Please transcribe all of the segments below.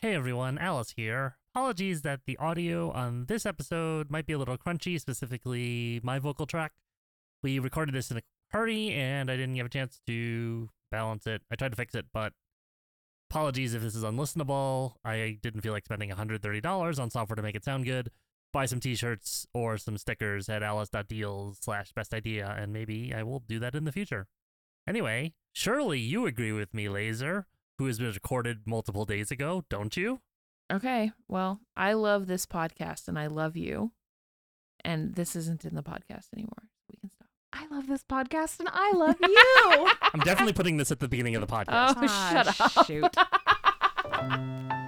Hey everyone, Alice here. Apologies that the audio on this episode might be a little crunchy, specifically my vocal track. We recorded this in a hurry and I didn't have a chance to balance it. I tried to fix it, but apologies if this is unlistenable. I didn't feel like spending $130 on software to make it sound good. Buy some t-shirts or some stickers at alice.deals slash best idea, and maybe I will do that in the future. Anyway, surely you agree with me, Laser, who has been recorded multiple days ago, don't you? Okay. Well, I love this podcast and I love you. And this isn't in the podcast anymore. We can stop. I love this podcast and I love you. I'm definitely putting this at the beginning of the podcast. Oh, Ah, shut up. Shoot.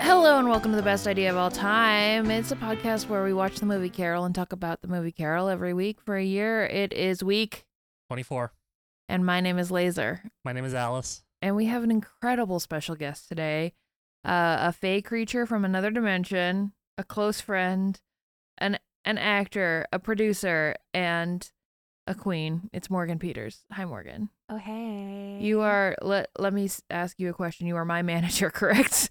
Hello and welcome to the best idea of all time. It's a podcast where we watch the movie Carol and talk about the movie Carol every week for a year. It is week, 24. and my name is Laser. My name is Alice. and we have an incredible special guest today uh, a fey creature from another dimension a close friend an an actor a producer and a queen it's morgan peters hi morgan Oh, hey. you are let let me s- ask you a question you are my manager correct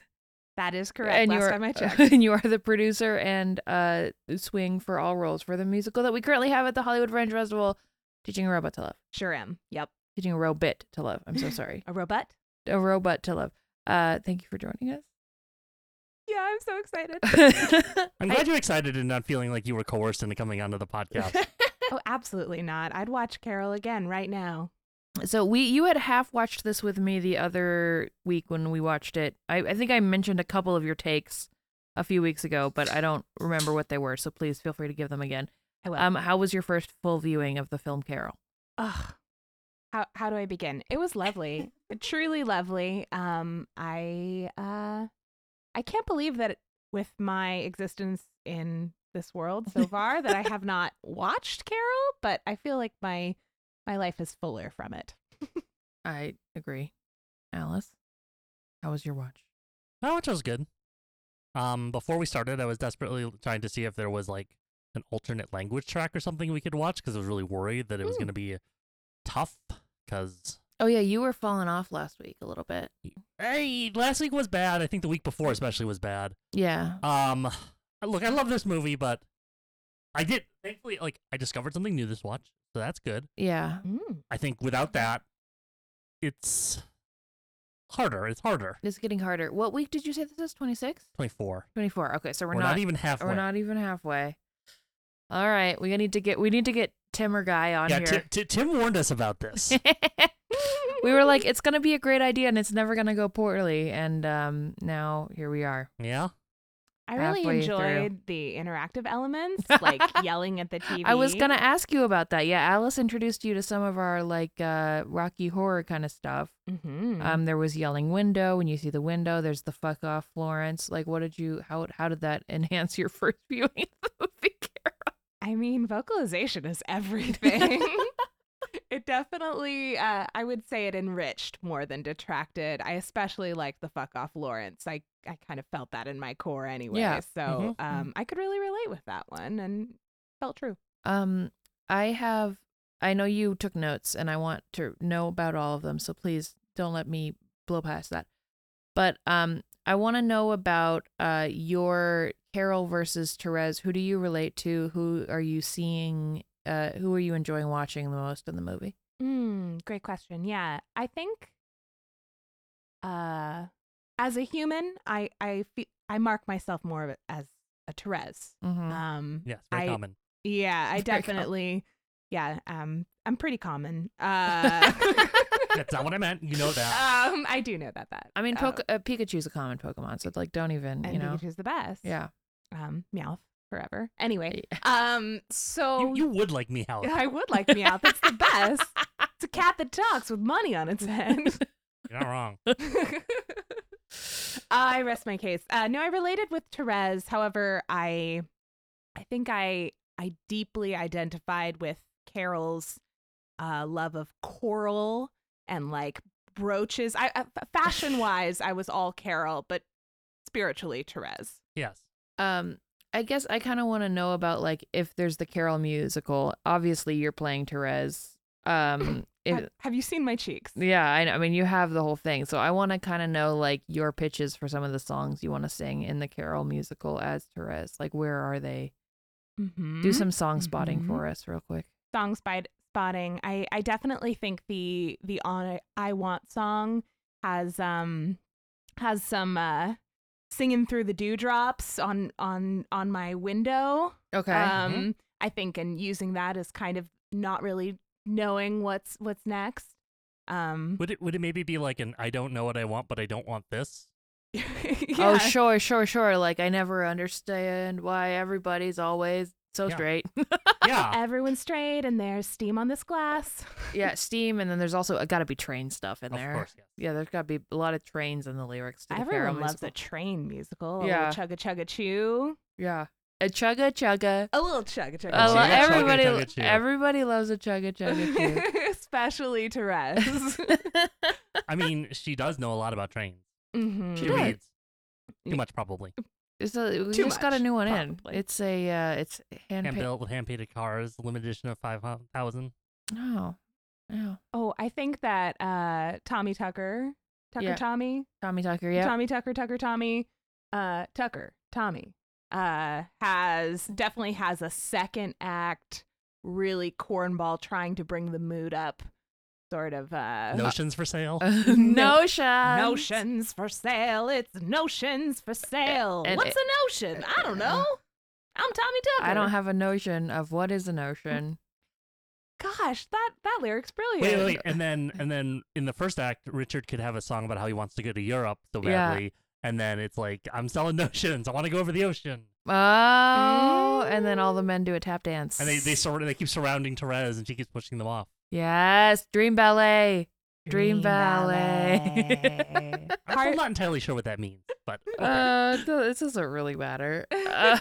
That is correct. and you Last are, time I checked. and you are the producer and uh swing for all roles for the musical that we currently have at the hollywood fringe festival teaching a robot to love sure am. Yep. teaching a robot to love i'm so sorry A robot? a robot to love uh thank you for joining us Yeah, I'm so excited. I'm glad you're excited and not feeling like you were coerced into coming onto the podcast. oh, absolutely not. I'd watch Carol again right now. so we you had half watched this with me the other week when we watched it. I, I think I mentioned a couple of your takes a few weeks ago, but I don't remember what they were. So please feel free to give them again. I will. Um, how was your first full viewing of the film Carol? Ugh. How how do I begin? It was lovely. Truly lovely. Um I uh I can't believe that with my existence in this world so far that I have not watched Carol, but I feel like my my life is fuller from it. I agree, Alice. How was your watch? oh, which was good. Um, before we started, I was desperately trying to see if there was like an alternate language track or something we could watch because I was really worried that it was Hmm. going to be tough. Because Oh yeah, you were falling off last week a little bit. hey, last week was bad. I think the week before especially was bad. Yeah. Um, look, I love this movie, but I did thankfully like I discovered something new this watch, so that's good. Yeah. Hmm. I think without that, it's harder. It's harder. It's getting harder. What week did you say this is? 26? 24. 24. Okay, so We're, we're, not, not even halfway. We're not even halfway. All right, we need to get we need to get Tim or Guy on yeah, Ti- here. Ti- Tim warned us about this. we were like, it's gonna be a great idea, and it's never gonna go poorly. And um, now here we are. yeah. I really halfway through. enjoyed the interactive elements, like yelling at the TV. I was gonna ask you about that. Yeah, Alice introduced you to some of our like uh, Rocky Horror kind of stuff. Mhm. Um, there was yelling window when you see the window. There's the fuck off Florence. Like, what did you? How how did that enhance your first viewing of the movie? I mean, vocalization is everything. it definitely, uh, I would say it enriched more than detracted. I especially like the fuck off Lawrence. I, I kind of felt that in my core anyway. Yeah. Mm-hmm. So um, I could really relate with that one and felt true. Um, I have. I know you took notes, and I want to know about all of them. So please don't let me blow past that. But um, I want to know about uh your Carol versus Therese. Who do you relate to? Who are you seeing? Uh, who are you enjoying watching the most in the movie? Mm, great question. Yeah, I think uh, as a human, I, I, fe- I mark myself more of it as a Therese. Mm-hmm. Um, Yes. Very I- common. Yeah, I Very com- definitely. Yeah, um, I'm pretty common. Uh, That's not what I meant. You know that. um, I do know about that. I mean, Uh, Poke- uh, Pikachu's a common Pokemon, so like, don't even. and You know. Pikachu's the best. Yeah. Um, Meowth forever. Anyway, um, so Oh. You, you would like me, Hal. I would like Meowth. It's the best. It's a cat that talks with money on its head. You're not wrong. I rest my case. Uh, no, I related with Therese. However, I, I think I, I deeply identified with Carol's uh, love of coral and like brooches. I, I fashion wise, I was all Carol, but spiritually Therese. Yes. Um, I guess I kind of want to know about like if there's the Carol musical. Obviously, you're playing Therese. Um, if, Ha- have you seen my cheeks? yeah, I, I mean, you have the whole thing, so I want to kind of know like your pitches for some of the songs you want to sing in the Carol musical as Therese. Like, where are they? Mm-hmm. Do some song spotting Mhm. for us, real quick. song spot- spotting. I, I definitely think the the on I want song has um has some uh singing through the dewdrops on on on my window. Okay. mm-hmm. Um I think and using that as kind of not really knowing what's what's next. Um Would it would it maybe be like an I don't know what I want, but I don't want this? Oh, yeah. sure, sure, sure. Like, I never understand why everybody's always so Yeah. straight. ah. Yeah. Everyone's straight and there's steam on this glass. yeah, steam, and then there's also got to be train stuff in of there. course. Yes. Yeah, there's got to be a lot of trains in the lyrics to the Carol Everyone loves musical. a train musical. Yeah. A little chugga chugga chew. Yeah, a chugga chugga. A little chugga chugga. I see lo- that chugga everybody, chugga chew. everybody loves a chugga chugga. Especially Therese. chew. I mean, she does know a lot about trains. mm-hmm. She Yeah. reads too much, probably. It's a, we Too just got a much, new one in. probably. It's a uh, it's hand Hand picked. built, hand painted cars, limited edition of five thousand. No, no. Oh, I think that uh, Tommy Tucker, Tucker Yeah. Tommy, Tommy Tucker. Yeah. Tommy Tucker, Tucker Tommy, uh, Tucker Tommy uh, has definitely has a second act, really cornball trying to bring the mood up, sort of Oh. uh, Notions for sale. No- notion. notions for sale. It's notions for sale. and What's it- a notion? I don't know. I'm Tommy Tucker. I don't have a notion of what is a notion. Gosh, that that lyric's brilliant. Wait, wait, wait, and then and then in the first act, Richard could have a song about how he wants to go to Europe so Yeah. badly, and then it's like I'm selling notions. I want to go over the ocean, Oh, and then all the men do a tap dance. and they they sur- they keep surrounding Therese, and she keeps pushing them off. yes, dream ballet. Dream ballet. I'm Heart- still not entirely sure what that means, but okay. uh, th- this doesn't really matter. Uh,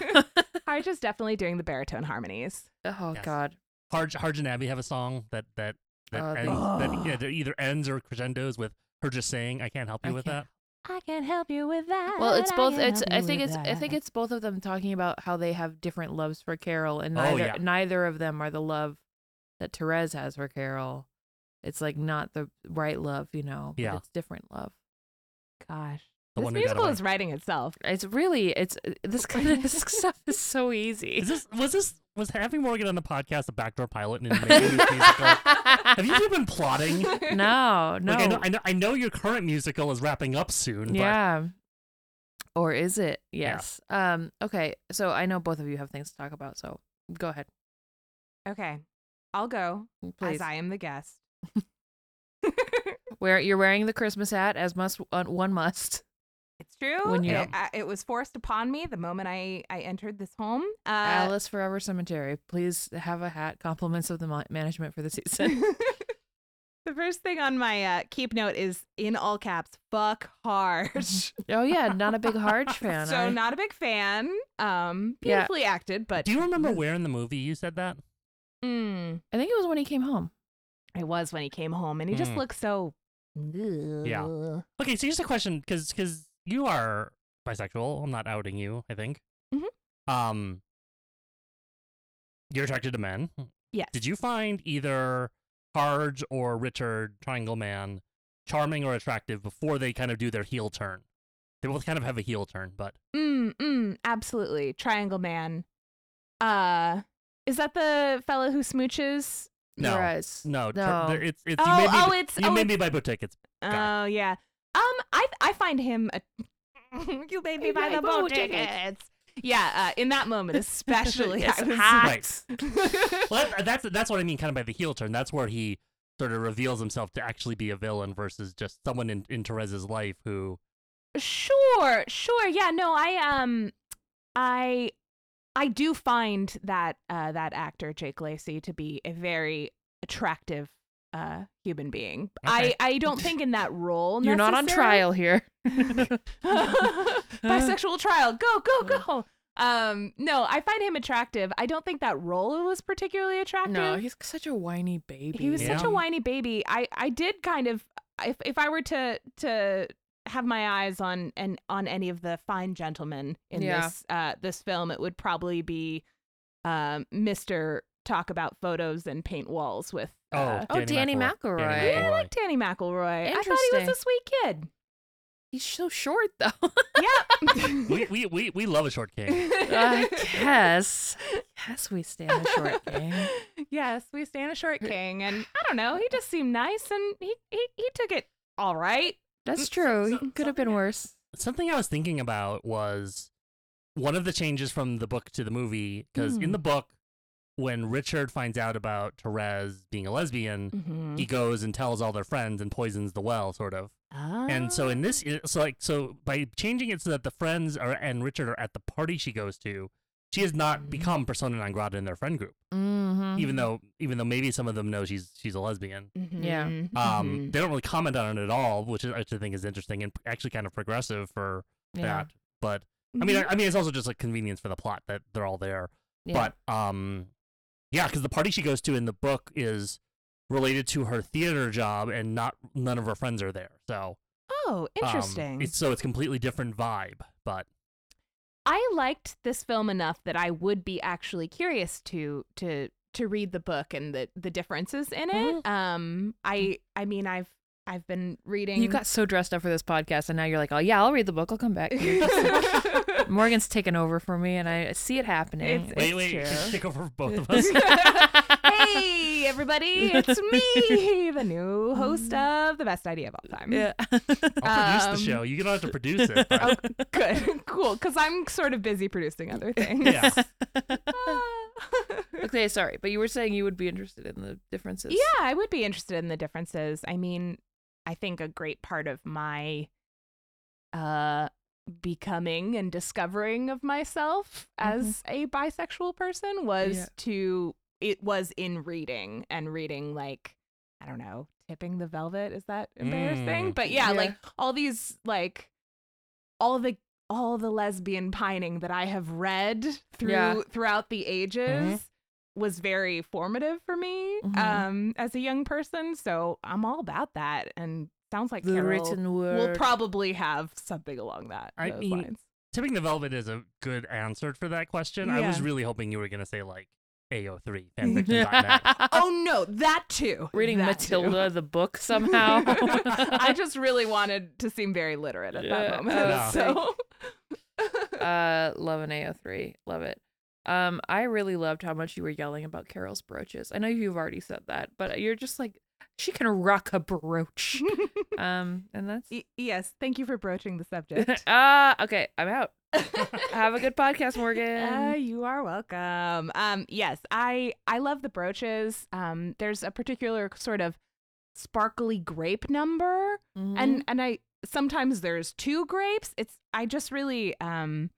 Harge is definitely doing the baritone harmonies. oh Yes. God. Harge, Harge and Abby have a song that that that Oh, they- ends, Oh. that, yeah, that either ends or crescendos with her just saying, "I can't help you I with can't- e I can help you with that. Well, it's both. can It's. help I you think with it's. I think that. it's both of them talking about how they have different loves for Carol, and Oh, neither yeah. neither of them are the love that Therese has for Carol. It's like not the right love, you know. but Yeah. it's different love. Gosh, The this one who got musical away. is writing itself. It's really. It's uh, this kind of this stuff is so easy. that." Is this was this was having Morgan on the podcast a backdoor pilot and making this musical? Have you two been plotting? no, no. Like, I know, I know, I know your current musical is wrapping up soon. yeah. Or is it? Yeah. Yes. Um. Okay. So I know both of you have things to talk about. So go ahead, Okay, I'll go please. as I am the guest. Where you're wearing the Christmas hat, as must uh, one must. It's true. When you- it, I, it was forced upon me the moment I I entered this home. Uh, Alice Forever Cemetery. Please have a hat. Compliments of the ma- management for the season. the first thing on my uh, keep note is in all caps. Fuck Harge. oh yeah, not a big Harge fan. so I- not a big fan. Um, Yeah. beautifully acted, but Do you remember where in the movie you said that? Mm, I think it was when he came home. it was when he came home, and he just Mm. looked so. Okay, so here's a question, because you are bisexual. I'm not outing you. I think. Mhm. Um, you're attracted to men. Yes. Did you find either Harge or Richard Triangle Man charming or attractive before they kind of do their heel turn? They both kind of have a heel turn, but Mm, mm, absolutely. Triangle Man. Uh is that the fellow who smooches? No. Your eyes. no, tur- No. there- it's it's Oh, you made me, oh, bu- it's- you oh, made it's- me buy book tickets. Got Oh yeah. Um I I find him a You made me You buy made the boat boat tickets. tickets. Yeah, uh, in that moment especially It's I was hot. Right. Well, that, that's that's what I mean, kind of by the heel turn. That's where he sort of reveals himself to actually be a villain versus just someone in in Therese's life who. Sure, sure. Yeah, no, I um I I do find that uh that actor Jake Lacey to be a very attractive uh human being. Okay. I I don't think in that role You're not on necessarily- trial here. bisexual trial. Go, go, go. Um, no, I find him attractive. I don't think that role was particularly attractive. No, he's such a whiny baby. he was such Yeah. a whiny baby. I I did kind of if if I were to to have my eyes on and on any of the fine gentlemen in Yeah. this uh this film, it would probably be um Mr. Talk about photos and paint walls with uh, Oh, Danny McElroy. Danny Yeah, I like Danny McElroy. I thought he Interesting. was a sweet kid. He's so short though. Yep. we, we, we, we love a short king. I guess. Yes, we stay in the short game. yes, we stand a short king, and I don't know. He just seemed nice, and he he, he took it all right. Mm, That's true. so- he could have been worse. something I was thinking about was one of the changes from the book to the movie because Hmm. in the book, when Richard finds out about Therese being a lesbian, Mm-hmm. he goes and tells all their friends and poisons the well, sort of. Mm-hmm. And so in this, so like so by changing it so that the friends are and Richard are at the party she goes to, she has not Mhm. become persona non grata in their friend group, Mm-hmm. even though even though maybe some of them know she's she's a lesbian. Mm-hmm. Yeah. Um, they don't really comment on it at all, which I actually think is interesting and actually kind of progressive for that. But I mean, I, I mean, it's also just like convenience for the plot that they're all there. But um, yeah, because the party she goes to in the book is related to her theater job, and not none of her friends are there. So oh, um, interesting. it's, so it's completely different vibe. But I liked this film enough that I would be actually curious to to to read the book and the the differences in it. Um, I I mean, I've I've been reading. Mm-hmm. you got so dressed up for this podcast, and now you're like, "Oh yeah, I'll read the book. I'll come back." Morgan's taken over for me, and I see it happening. It's- wait, wait, true. take over for both of us. hey everybody, it's me, the new host of the best idea of all time. Mm-hmm. yeah. I'll produce Um, the show. You don't have to produce it. but- Good, cool, because I'm sort of busy producing other things. yeah. Ah. okay, sorry, but you were saying you would be interested in the differences. Yeah, I would be interested in the differences. I mean, I think a great part of my uh becoming and discovering of myself Mhm. as a bisexual person was Yeah. to it was in reading and reading like I don't know, tipping the velvet is that embarrassing? Mm. But yeah, Yeah. like all these like all the all the lesbian pining that I have read through Yeah. Mm-hmm. throughout the ages was very formative for me Mhm. um, as a young person. So I'm all about that, and sounds like the Carol written word. will probably have something along that. I those mean- lines. Tipping the velvet is a good answer for that question. I was Yeah. really hoping you were gonna say like AO3 fanfiction.net. Oh no, that too. Reading That too. Matilda the book somehow. I just really wanted to seem very literate at Yeah, that moment. I So uh love an AO3. Love it. Um I really loved how much you were yelling about Carol's brooches. I know you've already said that, but you're just like she can rock a brooch. um and that's Y- yes, thank you for broaching the subject. Ah, okay, I'm out. Have a good podcast, Morgan. Uh, you are welcome. Um, yes, I I love the brooches. Um, there's a particular sort of sparkly grape number, Mhm. and and I sometimes there's two grapes. It's I just really um,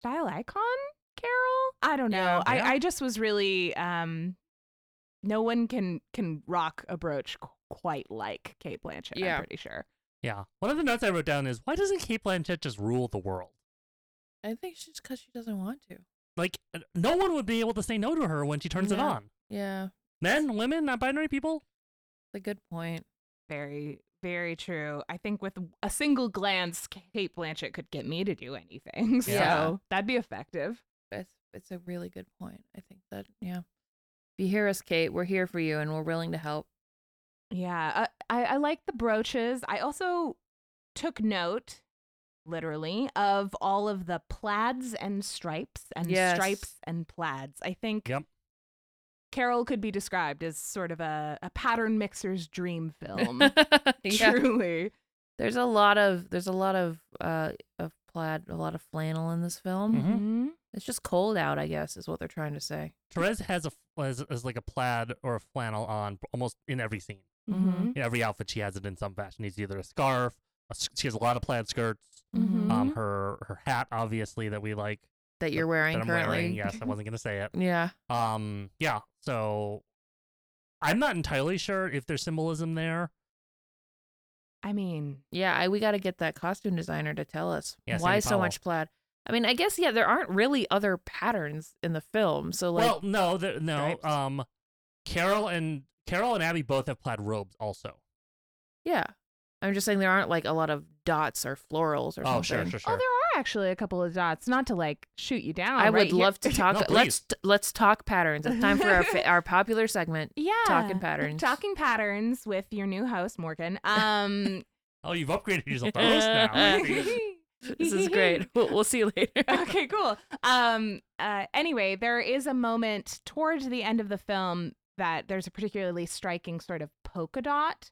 style icon Carol. I don't know. Yeah. I Yeah. I just was really um, no one can can rock a brooch qu- quite like Kate Blanchett. Yeah. I'm pretty sure. Yeah. One of the notes I wrote down is why doesn't Kate Blanchett just rule the world? Mm-hmm. I think she's because she doesn't want to. Like, uh, no one would be able to say no to her when she turns it No. on. Yeah, Men, women, non binary people. it's a good point. Very, very true. I think with a single glance, Kate Blanchett could get me to do anything. So Yeah. that'd be effective. It's it's a really good point. I think that yeah. If you hear us, Kate, we're here for you and we're willing to help. Yeah. uh, I, I, I like the brooches. I also took note, literally, of all of the plaids and stripes and Yes. stripes and plaids. I think Yep. Carol could be described as sort of a, a pattern mixer's dream film. Yeah. Truly. There's a lot of there's a lot of uh of plaid, a lot of flannel in this film. Mhm. Mhm. It's just cold out, I guess, is what they're trying to say. Therese has a has, has like a plaid or a flannel on almost in every scene. Mm-hmm. Mhm. In every outfit, she has it in some fashion. It's either a scarf. A, s- she has a lot of plaid skirts. Um, Mhm. Mm-hmm. her her hat, obviously, that we like. That you're wearing that I'm currently. wearing. Yes, I wasn't gonna say it. Yeah. Um, yeah. So, I'm not entirely sure if there's symbolism there. I mean, Yeah, I, we got to get that costume designer to tell us Yeah, why Cindy so Powell. much plaid. I mean, I guess yeah, there aren't really other patterns in the film. So like, well, no, there, no. stripes. Um, Carol and Carol and Abby both have plaid robes also. yeah, I'm just saying there aren't like a lot of dots or florals or something. Oh, sure, sure, Oh, sure. there are actually a couple of dots. Not to like shoot you down. I Oh, right would here. love to talk. No, please. let's t- let's talk patterns. It's time for our fa- our popular segment. Yeah. Talking patterns. Talking patterns with your new host, Morgan. Um oh, you've upgraded yourself to host now. Abby. This is great. We'll, we'll see you later. okay, cool. Um uh anyway, there is a moment towards the end of the film that there's a particularly striking sort of polka dot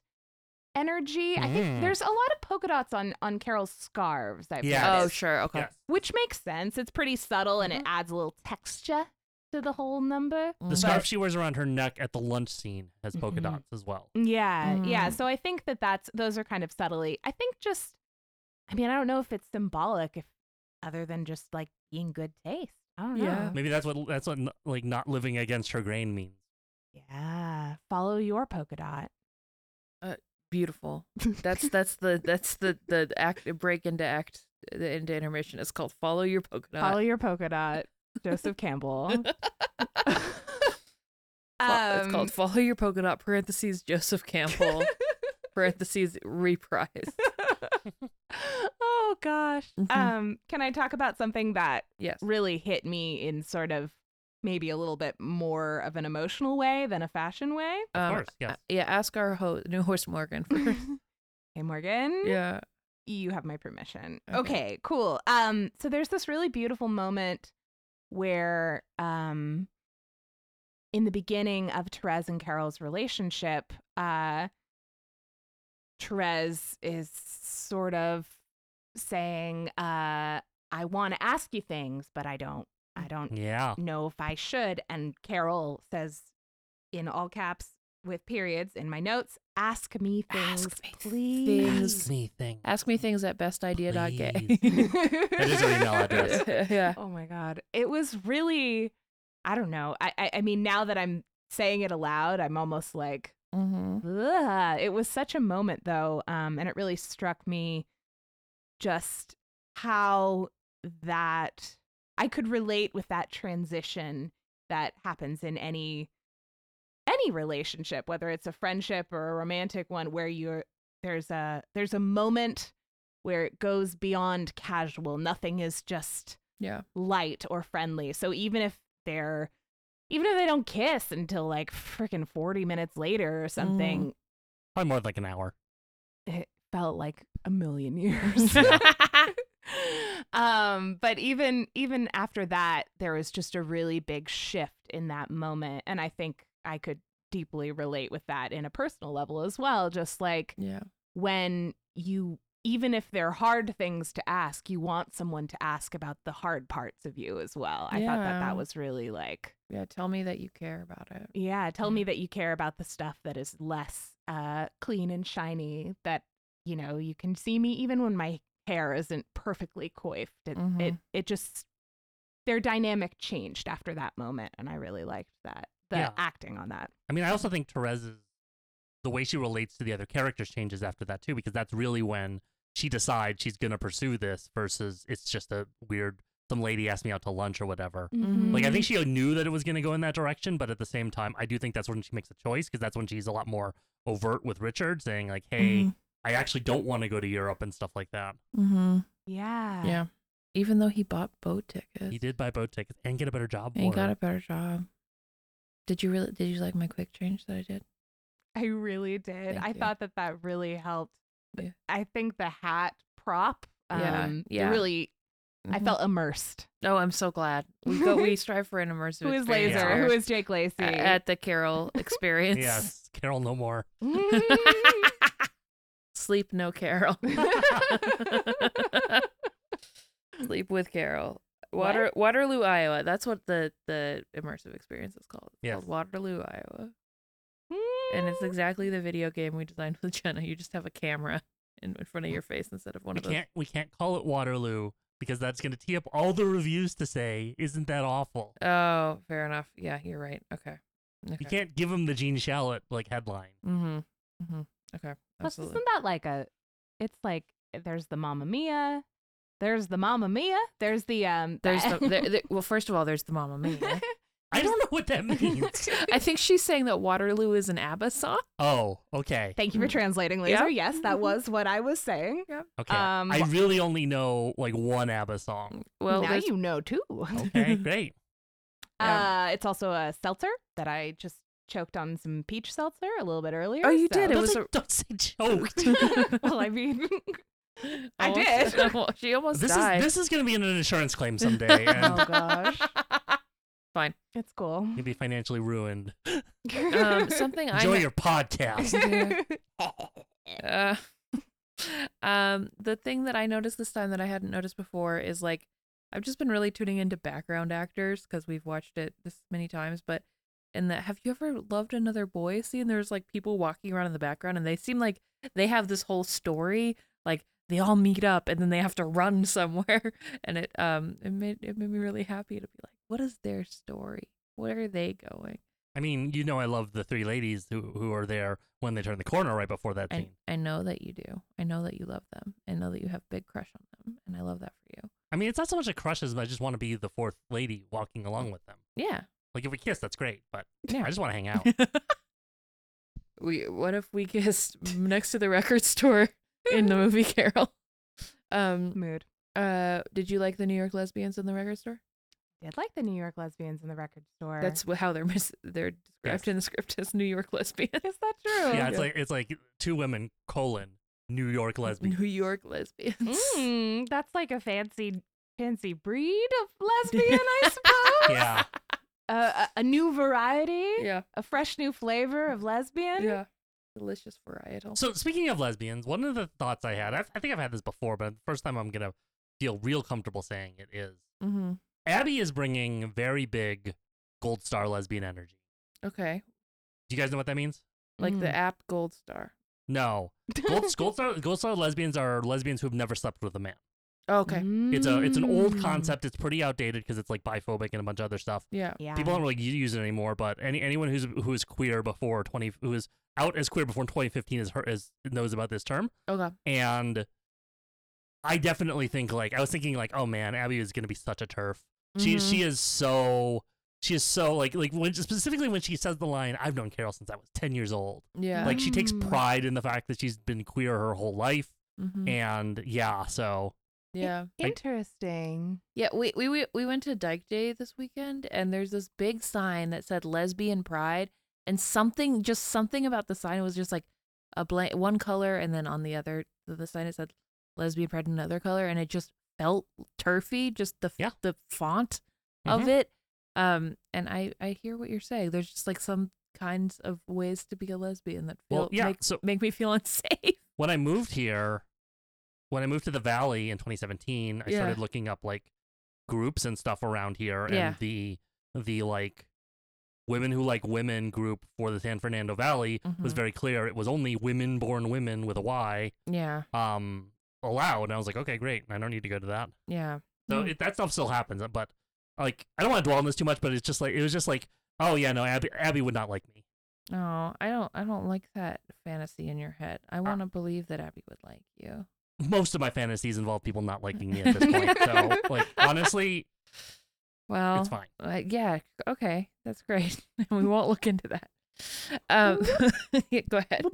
energy. I Mm. think there's a lot of polka dots on on Carol's scarves, I've Yeah. Oh, noticed. sure. Mm-hmm. Okay. Yes. Which makes sense. It's pretty subtle and it adds a little texture to the whole number. The scarf she wears around her neck at the lunch scene has polka Mhm. Mm-hmm. dots as well. Yeah, yeah. Mm. So I think that that's those are kind of subtly. I think just, I mean, I don't know if it's symbolic, if other than just like being good taste. I don't know. Yeah. Maybe that's what that's what n- like not living against her grain means. Yeah. Follow your polka dot. Beautiful. That's that's the that's the the act break into act the into intermission is called follow your polka dot. Follow your polka dot, Joseph Campbell. Fo- it's Um, called follow your polka dot parentheses Joseph Campbell parentheses reprise. oh gosh. Mhm. Um, can I talk about something that Yes. really hit me in sort of maybe a little bit more of an emotional way than a fashion way? Of Um, course, yes. uh, yeah. Ask our ho- new host Morgan first. Hey, Morgan. yeah. you have my permission. Okay. Okay. cool. Um, so there's this really beautiful moment where, um, in the beginning of Therese and Carol's relationship, uh, Therese is sort of saying, uh, "I want to ask you things, but I don't. I don't Yeah. Mm-hmm. know if I should. And Carol says in all caps with periods in my notes, ask me things, Ask me please. things. Anything. Ask me things at bestidea.gay. That is our email address. yeah. Oh my God. It was really, I don't know. I, I, I mean, now that I'm saying it aloud, I'm almost like, Mm-hmm. Ugh. It was such a moment, though, um, and it really struck me just how that I could relate with that transition that happens in any any relationship, whether it's a friendship or a romantic one, where you're there's a there's a moment where it goes beyond casual. Nothing is just Yeah. light or friendly. So even if they're even if they don't kiss until like freaking 40 minutes later or something, Probably more like an hour. it felt like a million years. um, but even even after that, there was just a really big shift in that moment. And I think I could deeply relate with that in a personal level as well. Just like Yeah. when you even if they're hard things to ask, you want someone to ask about the hard parts of you as well. I thought Yeah. that that was really like Yeah. Tell me that you care about it. yeah, tell me Yeah. that you care about the stuff that is less uh, clean and shiny. That you know you can see me even when my hair isn't perfectly coiffed. It it, Mhm. it just their dynamic changed after that moment, and I really liked that the Yeah. acting on that. I mean, I also think Therese's the way she relates to the other characters changes after that too, because that's really when she decides she's gonna pursue this versus it's just a weird some lady asked me out to lunch or whatever. Mhm. Like I think she knew that it was gonna go in that direction, but at the same time, I do think that's when she makes a choice because that's when she's a lot more overt with Richard, saying like, "Hey, I actually don't want to go to Europe and stuff like that." Mm-hmm. yeah, Yeah. Even though he bought boat tickets, He did buy boat tickets and get a better job. and he for got it. a better job. Did you really? Did you like my quick change that I did? I really did. Thank I you. thought that that really helped. Yeah. I think the hat prop. Yeah, Um, yeah. Really, I Mm-hmm. felt immersed. Oh, I'm so glad. We go. We strive for an immersive. Who is experience Laser? Yeah. here Who is Jake Lacey? a- at the Carol experience? Yes, Carol, no more. Sleep no Carol. Sleep with Carol. Water Waterloo, Iowa. That's what the the immersive experience is called. It's Yes. called Waterloo, Iowa. And it's exactly the video game we designed with Jenna. You just have a camera in, in front of your face instead of one We of those. can't. We can't call it Waterloo because that's going to tee up all the reviews to say, "Isn't that awful?" Oh, fair enough. Yeah, you're right. Okay. okay. You can't give him the Gene Shalit like headline. Mm-hmm. Mm-hmm. Okay. Plus, Absolutely. isn't that like a? It's like there's the Mamma Mia, There's the Mamma Mia. There's the um. There's the, there, there, well, first of all, there's the Mamma Mia. I don't know what that means. I think she's saying that Waterloo is an ABBA song. Oh, okay. Thank you Mm-hmm. for translating, Laser. Yeah. Yes, that was what I was saying. Okay. Um, I really only know like one ABBA song. Well, now there's- you know too. Okay, great. Yeah. Uh, it's also a seltzer that I just choked on some peach seltzer a little bit earlier. Oh, you so- did. It was a- don't say choked. well, I mean, I almost- did. almost- she almost this died. is this is gonna be an insurance claim someday, and oh gosh, it's cool. you'll be financially ruined. um, something I Enjoy ha- your podcast. Uh, um, the thing that I noticed this time that I hadn't noticed before is like I've just been really tuning into background actors because we've watched it this many times. But in the have you ever loved another boy scene? There's like people walking around in the background and they seem like they have this whole story. Like they all meet up and then they have to run somewhere. And it um it made it made me really happy to be like, what is their story? Where are they going? I mean, you know, I love the three ladies who who are there when they turn the corner right before that I, scene. I know that you do. I know that you love them. I know that you have big crush on them, and I love that for you. I mean, it's not so much a crush as I just want to be the fourth lady walking along with them. Yeah. Like if we kiss, that's great, but Yeah. I just want to hang out. We what if we kissed next to the record store in the movie Carol? Um Mood. uh did you like the New York lesbians in the record store? Did like the New York lesbians in the record store. That's wh- how they're mis- they're Yes. described in the script as New York lesbians. is that true? yeah, it's like it's like two women colon New York lesbian. New York lesbians. Mm, that's like a fancy fancy breed of lesbian, I suppose. yeah, a, a, a new variety, Yeah. a fresh new flavor of lesbian. Yeah. Delicious varietal. So speaking of lesbians, one of the thoughts I had, I've, I think I've had this before, but the first time I'm gonna feel real comfortable saying it is mm-hmm. Abby is bringing very big gold star lesbian energy. Okay. Do you guys know what that means? Like Mm. the app Gold Star. No, gold, gold star gold star lesbians are lesbians who have never slept with a man. Oh, Okay. It's a it's an old Mm. concept. It's pretty outdated because it's like biphobic and a bunch of other stuff. Yeah. Yeah. People don't really use it anymore. But any anyone who's who is queer before twenty who is out as queer before 2015 is, heard- is knows about this term. Okay. and I definitely think like I was thinking like, oh man, Abby is gonna be such a turf. She Mm-hmm. she is so she is so like like when specifically when she says the line, I've known Carol since I was ten years old. Yeah. Like she takes Mm. pride in the fact that she's been queer her whole life, Mhm. and yeah, so Yeah. Interesting. Yeah, we, we we we went to Dyke Day this weekend, and there's this big sign that said "Lesbian Pride," and something just something about the sign was just like a blank one color, and then on the other the sign it said "Lesbian Pride" in another color, and it just felt turfy, just the f- Yeah. the font of Mhm. it. Um, and I I hear what you're saying. There's just like some kinds of ways to be a lesbian that feel well yeah. make, So make me feel unsafe. when I moved here, when I moved to the Valley in 2017, I Yeah. started looking up like groups and stuff around here, Yeah. and the the like women who like women group for the San Fernando Valley was Mhm. very clear. It was only women born women with a Y Yeah, um, allowed, and I was like, okay, great, I don't need to go to that. yeah, So Mm. it, that stuff still happens, but like I don't want to dwell on this too much, but it's just like it was just like, oh yeah, no, Abby, Abby would not like me. Oh, I don't I don't like that fantasy in your head. Uh I want to believe that Abby would like you. Most of my fantasies involve people not liking me at this point. so like honestly, Well, it's fine. uh, yeah, okay. That's great. we won't look into that. Um yeah, go ahead.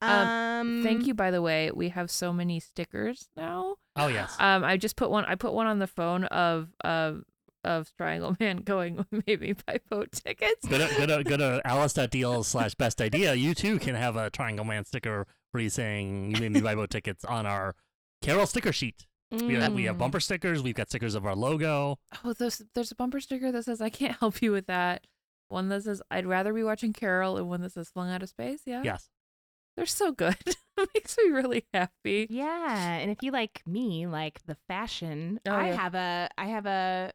Um, Mm. Thank you by the way. We have so many stickers now. Oh yes. Um I just put one I put one on the phone of of of Triangle Man going maybe buy boat tickets. go to go to go to alice.dl slash best idea. You too can have a Triangle Man sticker where you saying you made me buy boat tickets on our Carol sticker sheet. We have, we have mm. Mm. bumper stickers. We've got stickers of our logo. Oh, there's there's a bumper sticker that says I can't help you with that. One that says I'd rather be watching Carol and one that says flung out of space. Yeah. Yes. They're so good. it makes me really happy. Yeah, and if you like me, like the fashion, Oh, I yeah. have a, I have a,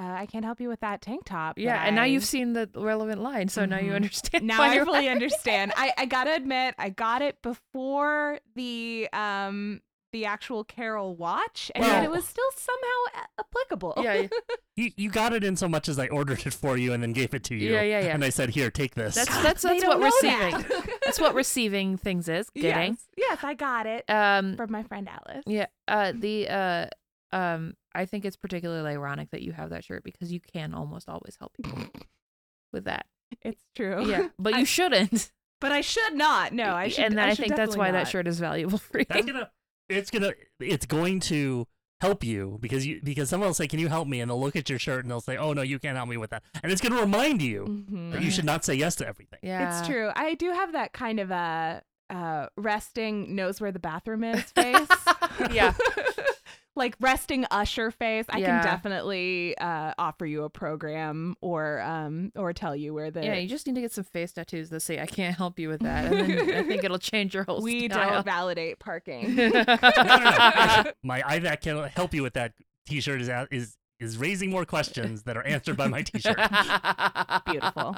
uh, I can't help you with that tank top. Yeah, that and now I- you've seen the relevant line, so now you Mhm. understand. Now why I you're fully laughing. understand. I, I gotta admit, I got it before the um the actual Carol watch, and Well- yet it was still somehow a- applicable. Yeah, yeah. You, you got it in so much as I ordered it for you and then gave it to you. Yeah, yeah, yeah. And I said, here, take this. That's that's They that's what don't know receiving. that. That's what receiving things is. Getting. Yes, yes, I got it Um from my friend Alice. yeah. Mm-hmm. Uh the uh um I think it's particularly ironic that you have that shirt because you can almost always help people with that. It's true. Yeah. But you I- shouldn't. but I should not. No, I should. And then I, should think that's definitely why not. that shirt is valuable for you. That's gonna it's gonna it's going to help you because you because someone will say, Can you help me? And they'll look at your shirt and they'll say, Oh no, you can't help me with that. And it's gonna remind you Mhm. that Mm. you should not say yes to everything. yeah. It's true. I do have that kind of a uh, resting knows where the bathroom is face. Yeah. like resting usher face. I Yeah. can definitely uh, offer you a program or um or tell you where the Yeah, you just need to get some face tattoos that say "I can't help you with that," and then I think it'll change your whole we style. uh, don't validate parking. No, no, no. Actually, My I that can help you with that t shirt is out is is raising more questions that are answered by my t shirt. Beautiful.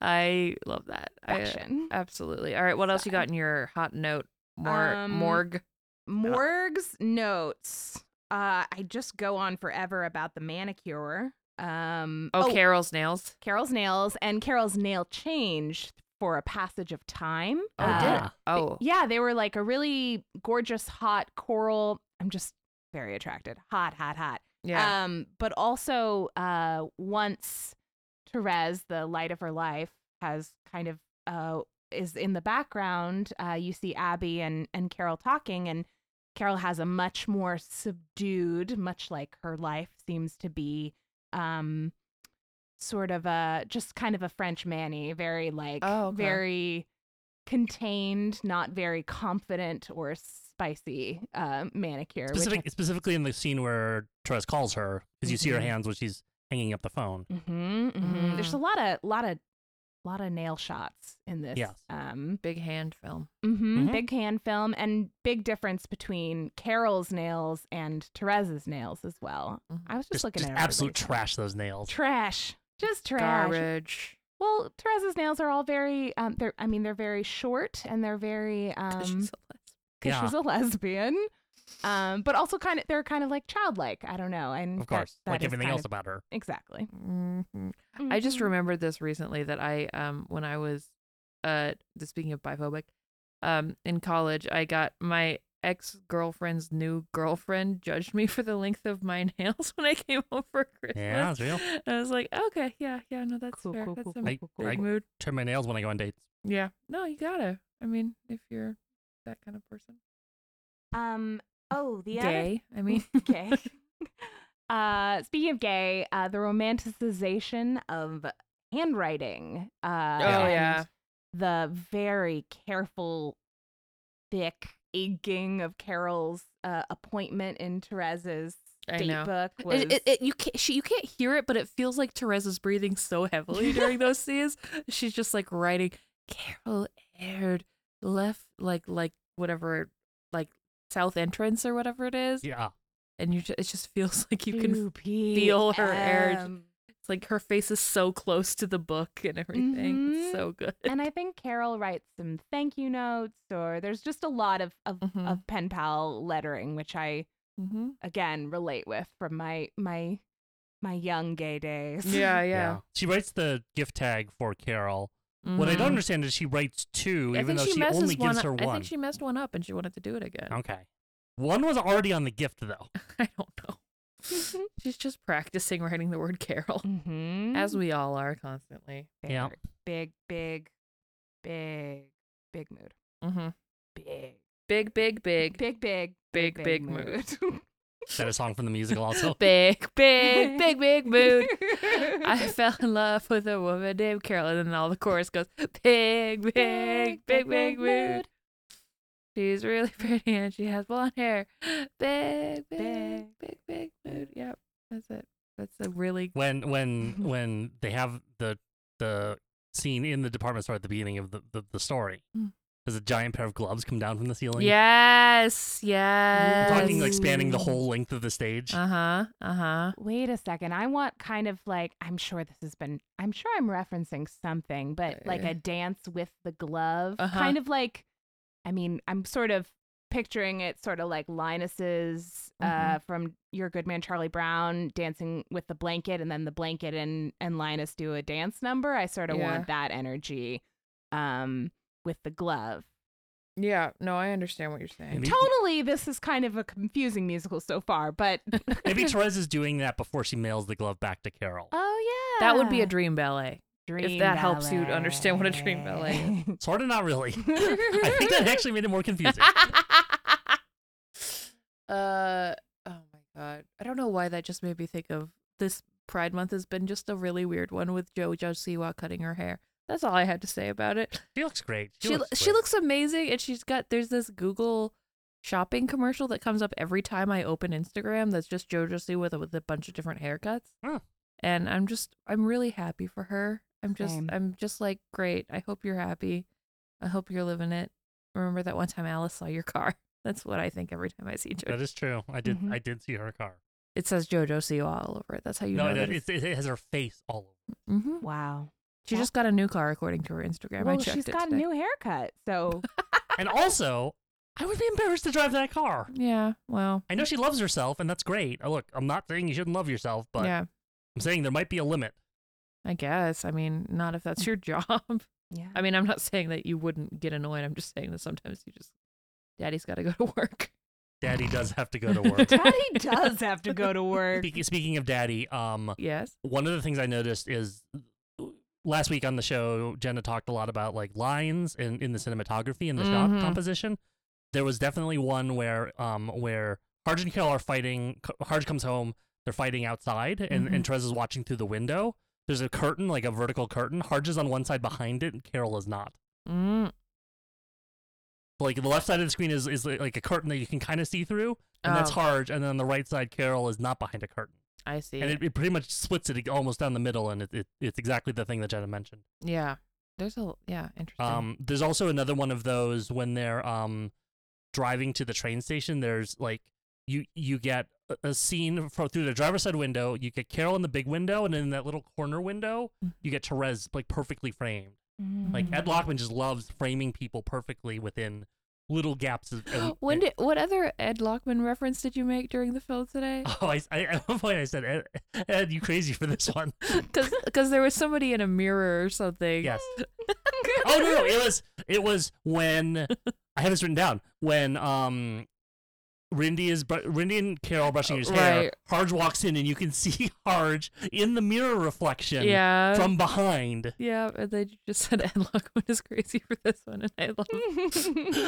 I love that. I, Action. absolutely. All right, what else you got in your hot note? More Um, morgue. Morg's notes. Uh, I just go on forever about the manicure. Um, Oh, Carol's nails. Carol's nails and Carol's nail change for a passage of time. Oh, Uh, did it? oh, Yeah, they were like a really gorgeous, hot coral. I'm just very attracted. Hot, hot, hot. yeah. Um, but also, uh, once Therese, the light of her life, has kind of uh, is in the background, uh, you see Abby and, and Carol talking, and Carol has a much more subdued, much like her life seems to be, um, sort of a just kind of a French Manny, very like, Oh, okay. very contained, not very confident or spicy uh, manicure. which I Specific, specifically in the scene where Trez calls her, because you see her Mm-hmm. Mhm. hands when she's hanging up the phone. Mm-hmm, hmm There's a lot of lot of lot of nail shots in this. Yes. Um. Big hand film. mhm, Mhm. Big hand film and big difference between Carol's nails and Therese's nails as well. Mhm. I was just, Just, looking just at absolute everybody's trash those nails. trash. Just trash. Garbage. Well, Therese's nails are all very. Um. They're. I mean, they're very short and they're very. Um. 'Cause she's Because a lesbian. Yeah. she's a lesbian. Um. But also kind of they're kind of like childlike. I don't know. Mm, And Of course. that, that like is everything kind else of- about her. exactly. Mhm. I just Mhm. remembered this recently that I um when I was uh th- speaking of biphobic um in college I got my ex girlfriend's new girlfriend judged me for the length of my nails when I came home for Christmas. Yeah, it's real. And I was like, okay, yeah, yeah, no, that's Cool, fair. cool, that's cool, a cool, cool, big cool. mood. Trim my nails when I go on dates. Yeah, no, you gotta. I mean, if you're that kind of person, Um. Oh, the other gay. I mean, gay. Uh, speaking of gay, uh, the romanticization of handwriting. Uh, oh Yeah. and yeah, The very careful, thick egging of Carol's uh, appointment in Therese's I date know. book was. It, it, it, you can't she, you can't hear it, but it feels like Teresa's breathing so heavily during those scenes. She's just like writing Carol aired left like like whatever like south entrance or whatever it is, Yeah. and you ju- it just feels like you can. 2 feel her air PM. It's like her face is so close to the book and everything. It's Mm-hmm. Mhm. so good. And I think Carol writes some thank you notes, or there's just a lot of, of, Mm-hmm. Mhm. of pen pal lettering, which I mm-hmm. again relate with from my my my young gay days. Yeah, yeah. She writes the gift tag for Carol. What I don't Mhm. understand is she writes two, I even think though she, she, messes only one. gives her up- I one. think she messed one up and she wanted to do it again. Okay. One was already on the gift, though. I don't know. She's just practicing writing the word Carol, mm-hmm. as we all are constantly. Yeah. Big, big, big, big mood. Mm-hmm. Big, Big, big, big, big, big, big, big, big mood. Is that a song from the musical also? Big, big, big, big mood. I fell in love with a woman named Carol, and then all the chorus goes, big, big, big, big, mood. She's really pretty and she has blonde hair. Big, big, Big. big, big mood. Yep, that's it. That's a really When when Mm-hmm. when they have the the scene in the department store at the beginning of the, the, the story, Mm. there's a giant pair of gloves come down from the ceiling. yes, I'm yes. Talking like spanning the Ooh. whole length of the stage. Uh huh. Uh huh. Wait a second. I want kind of like I'm sure this has been. I'm sure I'm referencing something, but like Uh. a dance with the glove, Uh-huh. kind of like. I mean, I'm sort of picturing it sort of like Linus's Mm-hmm. uh, from Your Good Man Charlie Brown dancing with the blanket, and then the blanket and and Linus do a dance number. I sort of Yeah. want that energy um, with the glove. Yeah, no, I understand what you're saying. Maybe- Tonally, this is kind of a confusing musical so far, but Maybe Therese is doing that before she mails the glove back to Carol. Uh. oh yeah, That would be a dream ballet. dream. that helps you understand what a dream ballet Sort of, not really. I think that actually made it more confusing. uh oh my god. I don't know why that just made me think of this Pride Month has been just a really weird one with Joe Judge Siwa cutting her hair. That's all I had to say about it. She looks great. She, She she looks looks, she great. looks amazing and she's got there's this Google shopping commercial that comes up every time I open Instagram that's just Joe Judge Siwa with a, with a bunch of different haircuts. Hmm. And I'm just I'm really happy for her. I'm just Same. I'm just like great. I hope you're happy. I hope you're living it. Remember that one time Alice saw your car. That's what I think every time I see Jojo. That is true. I did. Mm-hmm. Mhm. I did see her car. It says Jojo Siwa all over it. That's how you no, know. it, That it, it has her face all over. it. hmm Wow. She just got a new car according to her Instagram. I well, checked she's it got today. a new haircut, so And also, I would be embarrassed to drive that car. Yeah. Well. I know she loves herself, and that's great. Uh, Look, I'm not saying you shouldn't love yourself, but yeah. I'm saying there might be a limit. I guess. I mean, not if that's your job. yeah. I mean, I'm not saying that you wouldn't get annoyed. I'm just saying that sometimes you just, daddy's got to go to work. Daddy does have to go to work. Daddy does have to go to work. Speak- Speaking of daddy, um, Yes. one of the things I noticed is last week on the show, Jenna talked a lot about like lines in, in the cinematography and the Mhm. shot composition. There was definitely one where um where Harge and Carol are fighting. C- Harge comes home. They're fighting outside, and, and Trez is watching through the window. There's a curtain, like a vertical curtain. Harge is on one side behind it, and Carol is not. Mm. Like the left side of the screen is, is li- like a curtain that you can kind of see through, and that's Oh. Harge. And then on the right side, Carol is not behind a curtain, I see. and it, it pretty much splits it almost down the middle. And it, it, it's exactly the thing that Jenna mentioned. yeah. There's a yeah. Interesting. Um, there's also another one of those when they're um driving to the train station. There's like you you get a- a scene from through the driver's side window. You get Carol in the big window, and in that little corner window, Mhm. you get Therese like perfectly framed. Like Mm-hmm. Ed Lockman just loves framing people perfectly within little gaps. Of, and- when and- did what other Ed Lockman reference did you make during the film today? Oh, I, I, at one point I said, Ed, Ed, you crazy for this one. Because there was somebody in a mirror or something. Yes. oh no, no, it was it was when I have this written down when um Rindy is br- Rindy and Carol brushing his hair. Right. Harge walks in and you can see Harge in the mirror reflection Yeah. from behind. yeah, and then you just said Ed Lockman is crazy for this one, and I love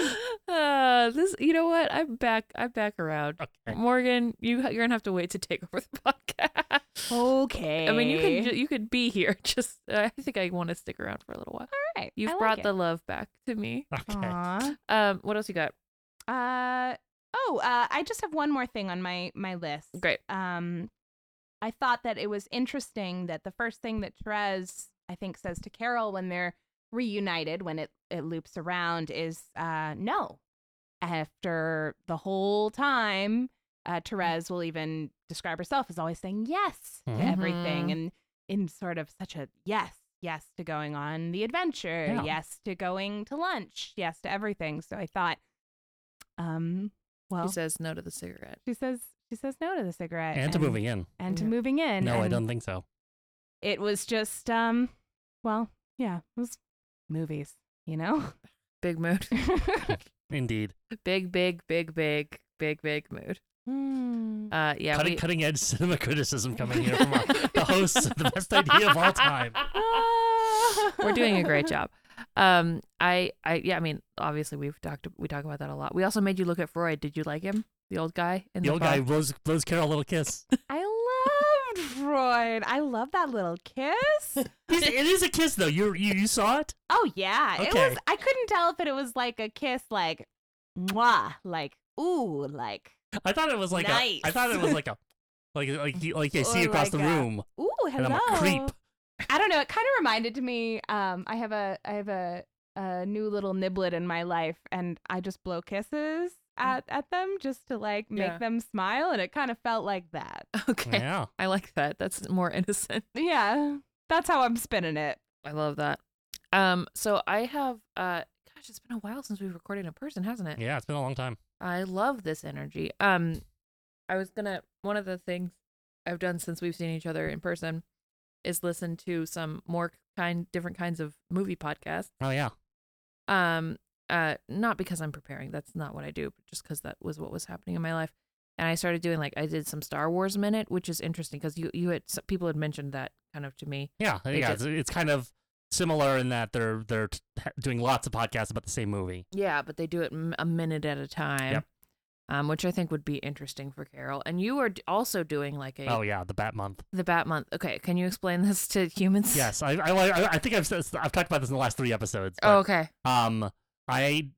uh, this. You know what? I'm back. I'm back around. Okay. Morgan, you you're gonna have to wait to take over the podcast. okay. I mean, you can ju- you could be here. Just uh, I think I want to stick around for a little while. All right. You've I like brought it. the love back to me. Okay. Aw. Um, what else you got? Uh oh, uh, I just have one more thing on my my list. Great. Um, I thought that it was interesting that the first thing that Therese I think says to Carol when they're reunited, when it it loops around, is uh, no. After the whole time, Mm. uh, Therese will even describe herself as always saying yes to Mhm. everything, and in sort of such a yes, yes to going on the adventure, Yeah. yes to going to lunch, yes to everything. So I thought, um, well, He says no to the cigarette. she says she says no to the cigarette And to moving in. and to Yeah. moving in. no, I and don't think so. It was just um, well, yeah, it was movies, you know. Big mood. Indeed. big, big, big, big, big, big mood. Hmm. Uh, yeah. cutting, we- cutting edge cinema criticism coming here from our, the hosts of the best idea of all time. We're doing a great job. Um, I, I, yeah, I mean, obviously we've talked, we talk about that a lot. We also made you look at Freud. Did you like him, the old guy? In The, the, old bar? guy blows, blows Carol a little kiss. I loved Freud. I love that little kiss. It is a kiss though. You you, you saw it? Oh yeah, it Okay. was. I couldn't tell if it was like a kiss, like mwah, like ooh, like I thought it was like a, I Nice. thought it was like a like like you- like they see Or Oh across like the a- room ooh, hello. and I'm a creep. I don't know. It kind of reminded me. Um, I have a I have a a new little niblet in my life, and I just blow kisses Mm. at at them just to like make Yeah. them smile, and it kind of felt like that. Okay. Yeah. I like that. That's more innocent. Yeah, that's how I'm spinning it. I love that. Um, so I have uh Gosh, it's been a while since we've recorded in person, hasn't it? Yeah, it's been a long time. I love this energy. Um, I was gonna one of the things I've done since we've seen each other in person is listen to some more kind different kinds of movie podcasts. Oh yeah. Um, uh, not because I'm preparing. That's not what I do, but just because that was what was happening in my life. And I started doing like I did some Star Wars minute, which is interesting because you you had some people had mentioned that kind of to me. Yeah, They yeah, just- it's, it's kind of similar in that they're they're t- ha- doing lots of podcasts about the same movie. Yeah, but they do it m- a minute at a time. Yep. Um, which I think would be interesting for Carol. And you are d- also doing like a Oh yeah, the Bat Month. The Bat Month. Okay, can you explain this to humans? Yes, I I, I- I think I've s- I've talked about this in the last three episodes. Oh, but, okay. Um, I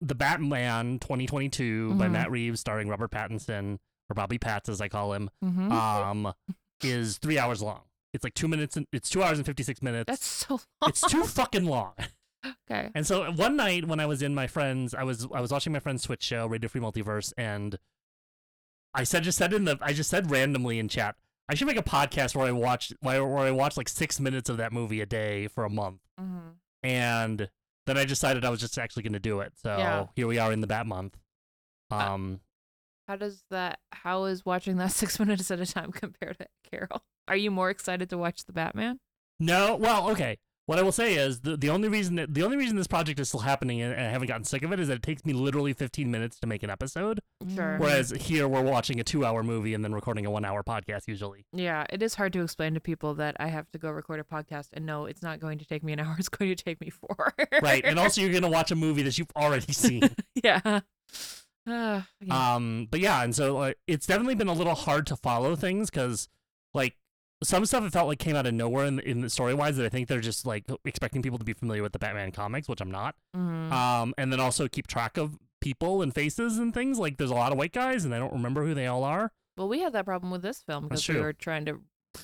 the Batman 2022 by Mhm. Matt Reeves, starring Robert Pattinson or Bobby Patts as I call him, hmm um, is three hours long. It's like two minutes and it's two hours and fifty six minutes. That's so long. it's too fucking long. okay. And so one night when I was in my friends, I was I was watching my friend's Twitch show, Radio Free Multiverse, and I said just said in the I just said randomly in chat, I should make a podcast where I watch where, where I watch like six minutes of that movie a day for a month. Mm-hmm. And then I decided I was just actually going to do it. So Yeah. here we are in the Bat Month. Uh, Um, How does that? How is watching that six minutes at a time compared to Carol? Are you more excited to watch the Batman? No, well, okay. What I will say is the, the only reason that, the only reason this project is still happening and I haven't gotten sick of it is that it takes me literally 15 minutes to make an episode, Sure. whereas here we're watching a 2-hour movie and then recording a 1-hour podcast usually. Yeah, it is hard to explain to people that I have to go record a podcast, and no, it's not going to take me an hour. It's going to take me four. Right. And also you're going to watch a movie that you've already seen. yeah. Uh, yeah. um, but yeah, and so like it's definitely been a little hard to follow things cuz like some stuff it felt like came out of nowhere in, in the story-wise that I think they're just like expecting people to be familiar with the Batman comics, which I'm not. Mhm. um, and then also keep track of people and faces and things. Like there's a lot of white guys, and I don't remember who they all are. Well, we had that problem with this film That's because we true. were trying to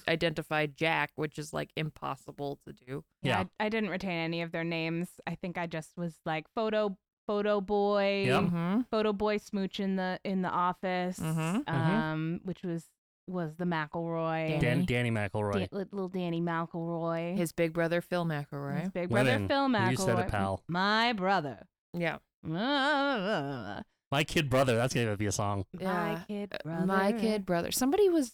identify Jack, which is like impossible to do. Yeah. I, I didn't retain any of their names. I think I just was like photo photo boy, Yep. Mm-hmm. photo boy smooch in the in the office, Mhm. Mhm. um, which was was the McElroy, Dan- Danny. Danny McElroy. Dan- li- little Danny McElroy, His big brother, Phil his McElroy. big Lennon. brother Phil McElroy, You said it, pal. my brother, Yeah. my My kid brother. That's gonna be a song. Yeah. Uh, kid brother, My kid brother. Somebody was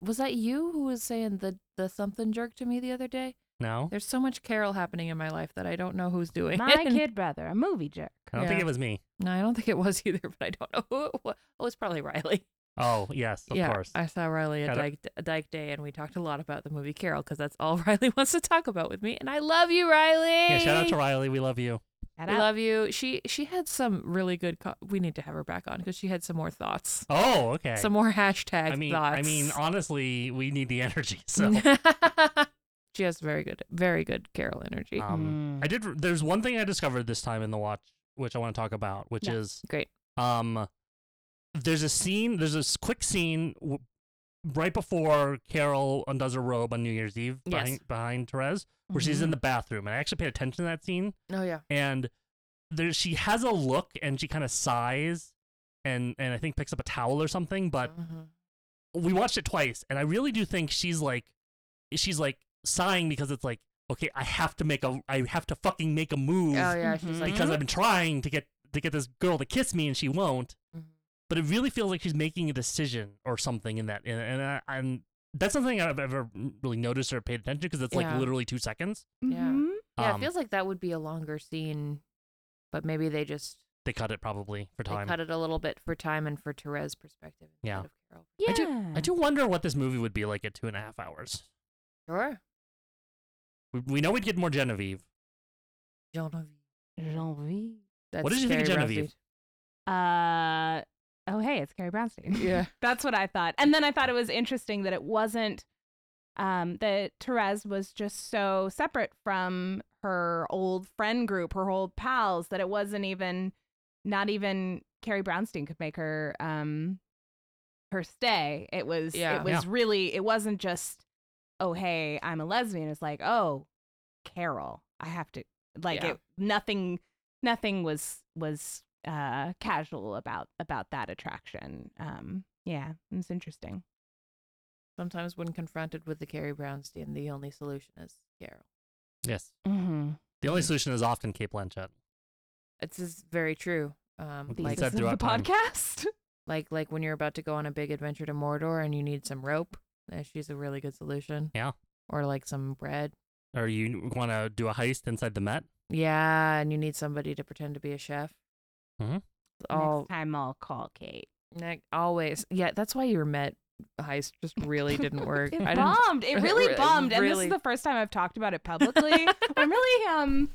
was that you who was saying the the something jerk to me the other day? No, There's so much Carol happening in my life that I don't know who's doing my it. kid brother, a movie jerk. I don't think Yeah. it was me. No, I don't think it was either, but I don't know who it was. Oh, it was probably Riley. Oh yes, of yeah, course. I saw Riley at Got Dyke, Dyke Day, and we talked a lot about the movie Carol because that's all Riley wants to talk about with me. And I love you, Riley. yeah, shout out to Riley. We love you. Shout We out. love you. She she had some really good. Co- we need to have her back on because she had some more thoughts, Oh, okay. some more hashtag I mean, thoughts. I mean, honestly, we need the energy. So, she has very good, very good Carol energy. um, I did. There's one thing I discovered this time in the watch, which I want to talk about, which Yeah. is Great. Um, there's a scene. There's this quick scene w- right before Carol undoes her robe on New Year's Eve Yes. Mm-hmm. behind, behind Therese, where she's in the bathroom, and I actually paid attention to that scene. Oh yeah. And there, she has a look, and she kind of sighs, and and I think picks up a towel or something. But Mhm. we watched it twice, and I really do think she's like, she's like sighing because it's like, okay, I have to make a, I have to fucking make a move Oh yeah. She's Mhm. like because I've been trying to get to get this girl to kiss me and she won't. Mhm. But it really feels like she's making a decision or something in that, and, and I, I'm that's something I've ever really noticed or paid attention because it's Yeah. like literally two seconds. Yeah. Mhm. yeah. Um, it feels like that would be a longer scene, but maybe they just they cut it probably for they time. cut it a little bit for time and for Therese perspective. instead Yeah. Of Carol. yeah. I do. I do wonder what this movie would be like at two and a half hours. Sure. We, we know we'd get more Genevieve. Genevieve. Jean-Vie. That's What did you think of Carrie Genevieve? Uh oh hey, it's Carrie Brownstein. Brownstein. Yeah. That's what I thought. And then I thought it was interesting that it wasn't um that Therese was just so separate from her old friend group, her old pals, that it wasn't even not even Carrie Brownstein could make her um her stay. It was Yeah. it was Yeah. really it wasn't just, oh hey, I'm a lesbian. It's like, oh, Carol. I have to like Yeah. it nothing nothing was was uh casual about about that attraction um yeah it's interesting Sometimes when confronted with the Carrie Brownstein, the only solution is Carol. Yes. mm-hmm. The only solution is often Kate Blanchett. It's is very true. Um, With like, said Thesis throughout of the time. podcast. like, like when you're about to go on a big adventure to Mordor and you need some rope, uh, she's a really good solution. Yeah. Or like some bread. Or you want to do a heist inside the Met? Yeah, and you need somebody to pretend to be a chef. Mhm. It's All Next time I'll call Kate. ne- always. Yeah, that's why your Met heist just really didn't work. It I didn't. bombed. it It really re- bombed. and this really- is the first time I've talked about it publicly. I'm really um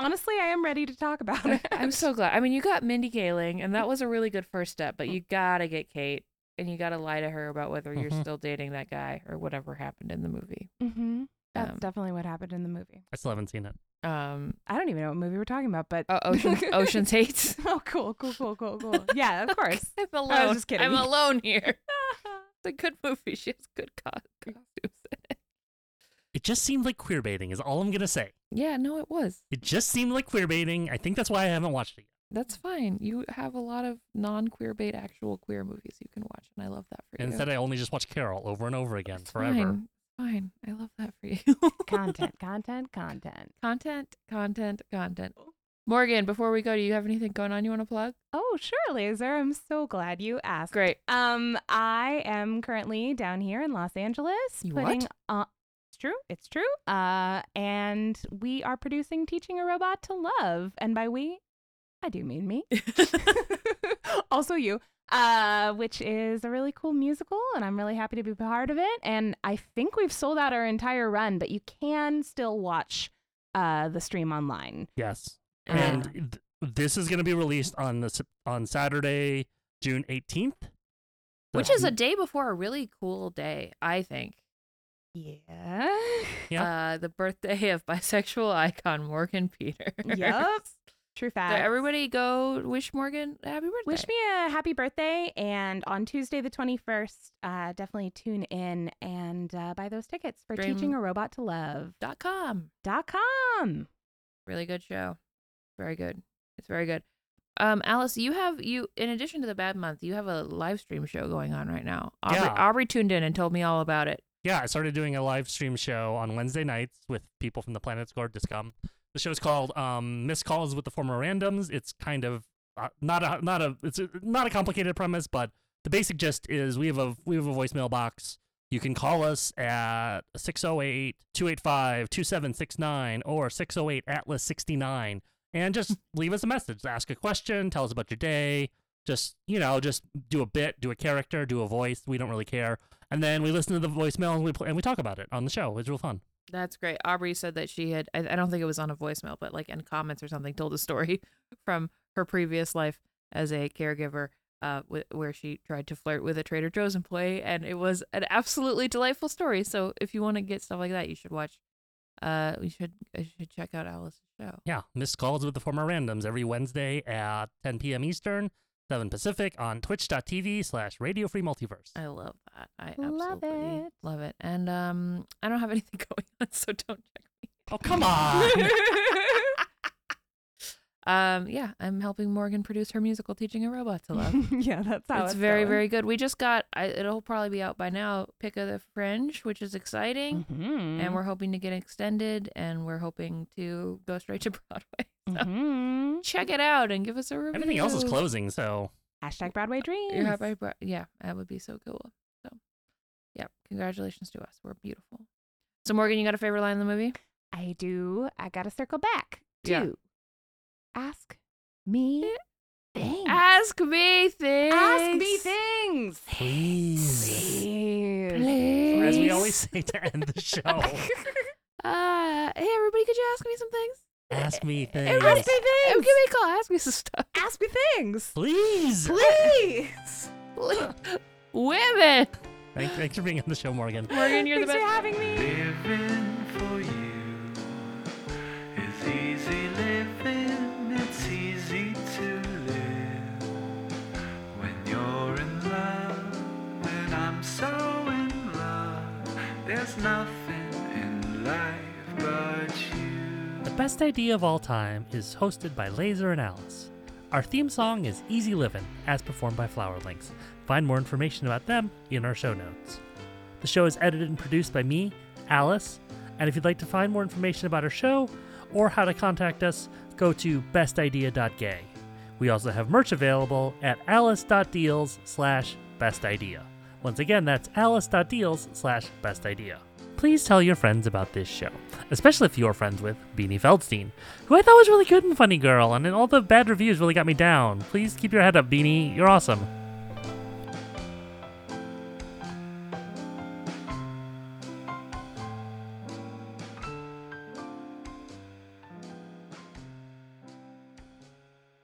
honestly I am ready to talk about it. I'm so glad. I mean, you got Mindy Kaling, and that was a really good first step. But you gotta get Kate, and you gotta lie to her about whether you're Mhm. still dating that guy or whatever happened in the movie. hmm That's Um, definitely what happened in the movie. I still haven't seen it. Um, I don't even know what movie we're talking about, but o- Oh, Ocean, Uh, Ocean's Eight. oh, cool, cool, cool, cool, cool. Yeah, of course. I'm alone. I was just kidding. I'm alone here. It's a good movie. She has good co- costumes. in it. It just seemed like queer baiting, is all I'm going to say. Yeah, no, it was. It just seemed like queer baiting. I think that's why I haven't watched it yet. That's fine. You have a lot of non-queer bait actual queer movies you can watch, and I love that for you. Instead, I only just watch Carol over and over again It's forever. Fine. fine. I love that for you. Content, content, content. content, content, content. Morgan, before we go, do you have anything going on you want to plug? Oh, sure, Laser. I'm so glad you asked. Great. Um, I am currently down here in Los Angeles. You putting what? on- it's true. It's true. Uh, and we are producing "Teaching a Robot to Love," and by we, I do mean me. also, you. Uh, which is a really cool musical, and I'm really happy to be part of it. And I think we've sold out our entire run, but you can still watch uh the stream online. Yes. Uh, And th- this is going to be released on the s- on Saturday, June 18th. So Which is a day before a really cool day, I think. Yeah. Yeah. Uh, the birthday of bisexual icon Morgan Peter. Yup. True So fact. everybody go wish Morgan a happy birthday. Wish me a happy birthday. And on Tuesday, the 21st, uh, definitely tune in and uh, buy those tickets for Dream- teaching a robot to love. dot com. Dot com. Really good show. Very good. It's very good. Um, Alice, you have you in addition to the bad month, you have a live stream show going on right now. Aubrey, Yeah. Aubrey tuned in and told me all about it. Yeah, I started doing a live stream show on Wednesday nights with people from the Planet's Guard to come. The show's called um, "Miss Calls with the Former Randoms." It's kind of uh, not a not a it's a, not a complicated premise, but the basic gist is we have a we have a voicemail box. You can call us at 608-285-2769 or 608 Atlas 69 and just leave us a message. Ask a question, tell us about your day, just, you know, just do a bit, do a character, do a voice. We don't really care. And then we listen to the voicemail and we pl- and we talk about it on the show. It's real fun. That's great. Aubrey said that she had I, I don't think it was on a voicemail, but like in comments or something, told a story from her previous life as a caregiver. Uh, wh- where she tried to flirt with a Trader Joe's employee, and it was an absolutely delightful story. So, if you want to get stuff like that, you should watch. Uh, you should you should check out Alice's show. Yeah, missed calls with the former randoms every Wednesday at 10 p.m. Eastern, 7 Pacific on twitch.tv slash Radio Free Multiverse. I love that. I Love absolutely it. love it. And um, I don't have anything going on, so don't check me. Oh, come on. Um, yeah, I'm helping Morgan produce her musical, teaching a robot to love. yeah, that's how it's very, very good. We just got. I, it'll probably be out by now. Pick of the Fringe, which is exciting, Mm-hmm. and we're hoping to get extended, and we're hoping to go straight to Broadway. So Mm-hmm. hmm check it out and give us a review. Everything else is closing, so Hashtag Broadway Dreams. Yeah, by Bra- yeah, that would be so cool. So, yeah, congratulations to us. We're beautiful. So, Morgan, you got a favorite line in the movie? I do. I got to circle back to Yeah. ask me things. Ask me things. Ask me things. please. Please. Please. As we always say to end the show, Uh, hey, everybody, could you ask me some things? ask me Everybody- things. Ask me Oh, give things. me a call. Ask me some stuff. Ask me things. Please. Please. Women. Thank, thanks for being on the show, Morgan. Morgan, you're the Thanks best. for having me. Living for you is easy living, it's easy to live when you're in love. When I'm so in love, there's nothing in life but you. The Best Idea of All Time is hosted by Laser and Alice. Our theme song is Easy Livin', as performed by Flowerlinks. Find more information about them in our show notes. The show is edited and produced by me, Alice, and if you'd like to find more information about our show or how to contact us, go to bestidea.gay. We also have merch available at alice.deals slash bestidea. Once again, that's alice.deals slash bestidea. Please tell your friends about this show, especially if you're friends with Beanie Feldstein, who I thought was really good and funny girl, and all the bad reviews really got me down. Please keep your head up, Beanie. You're awesome.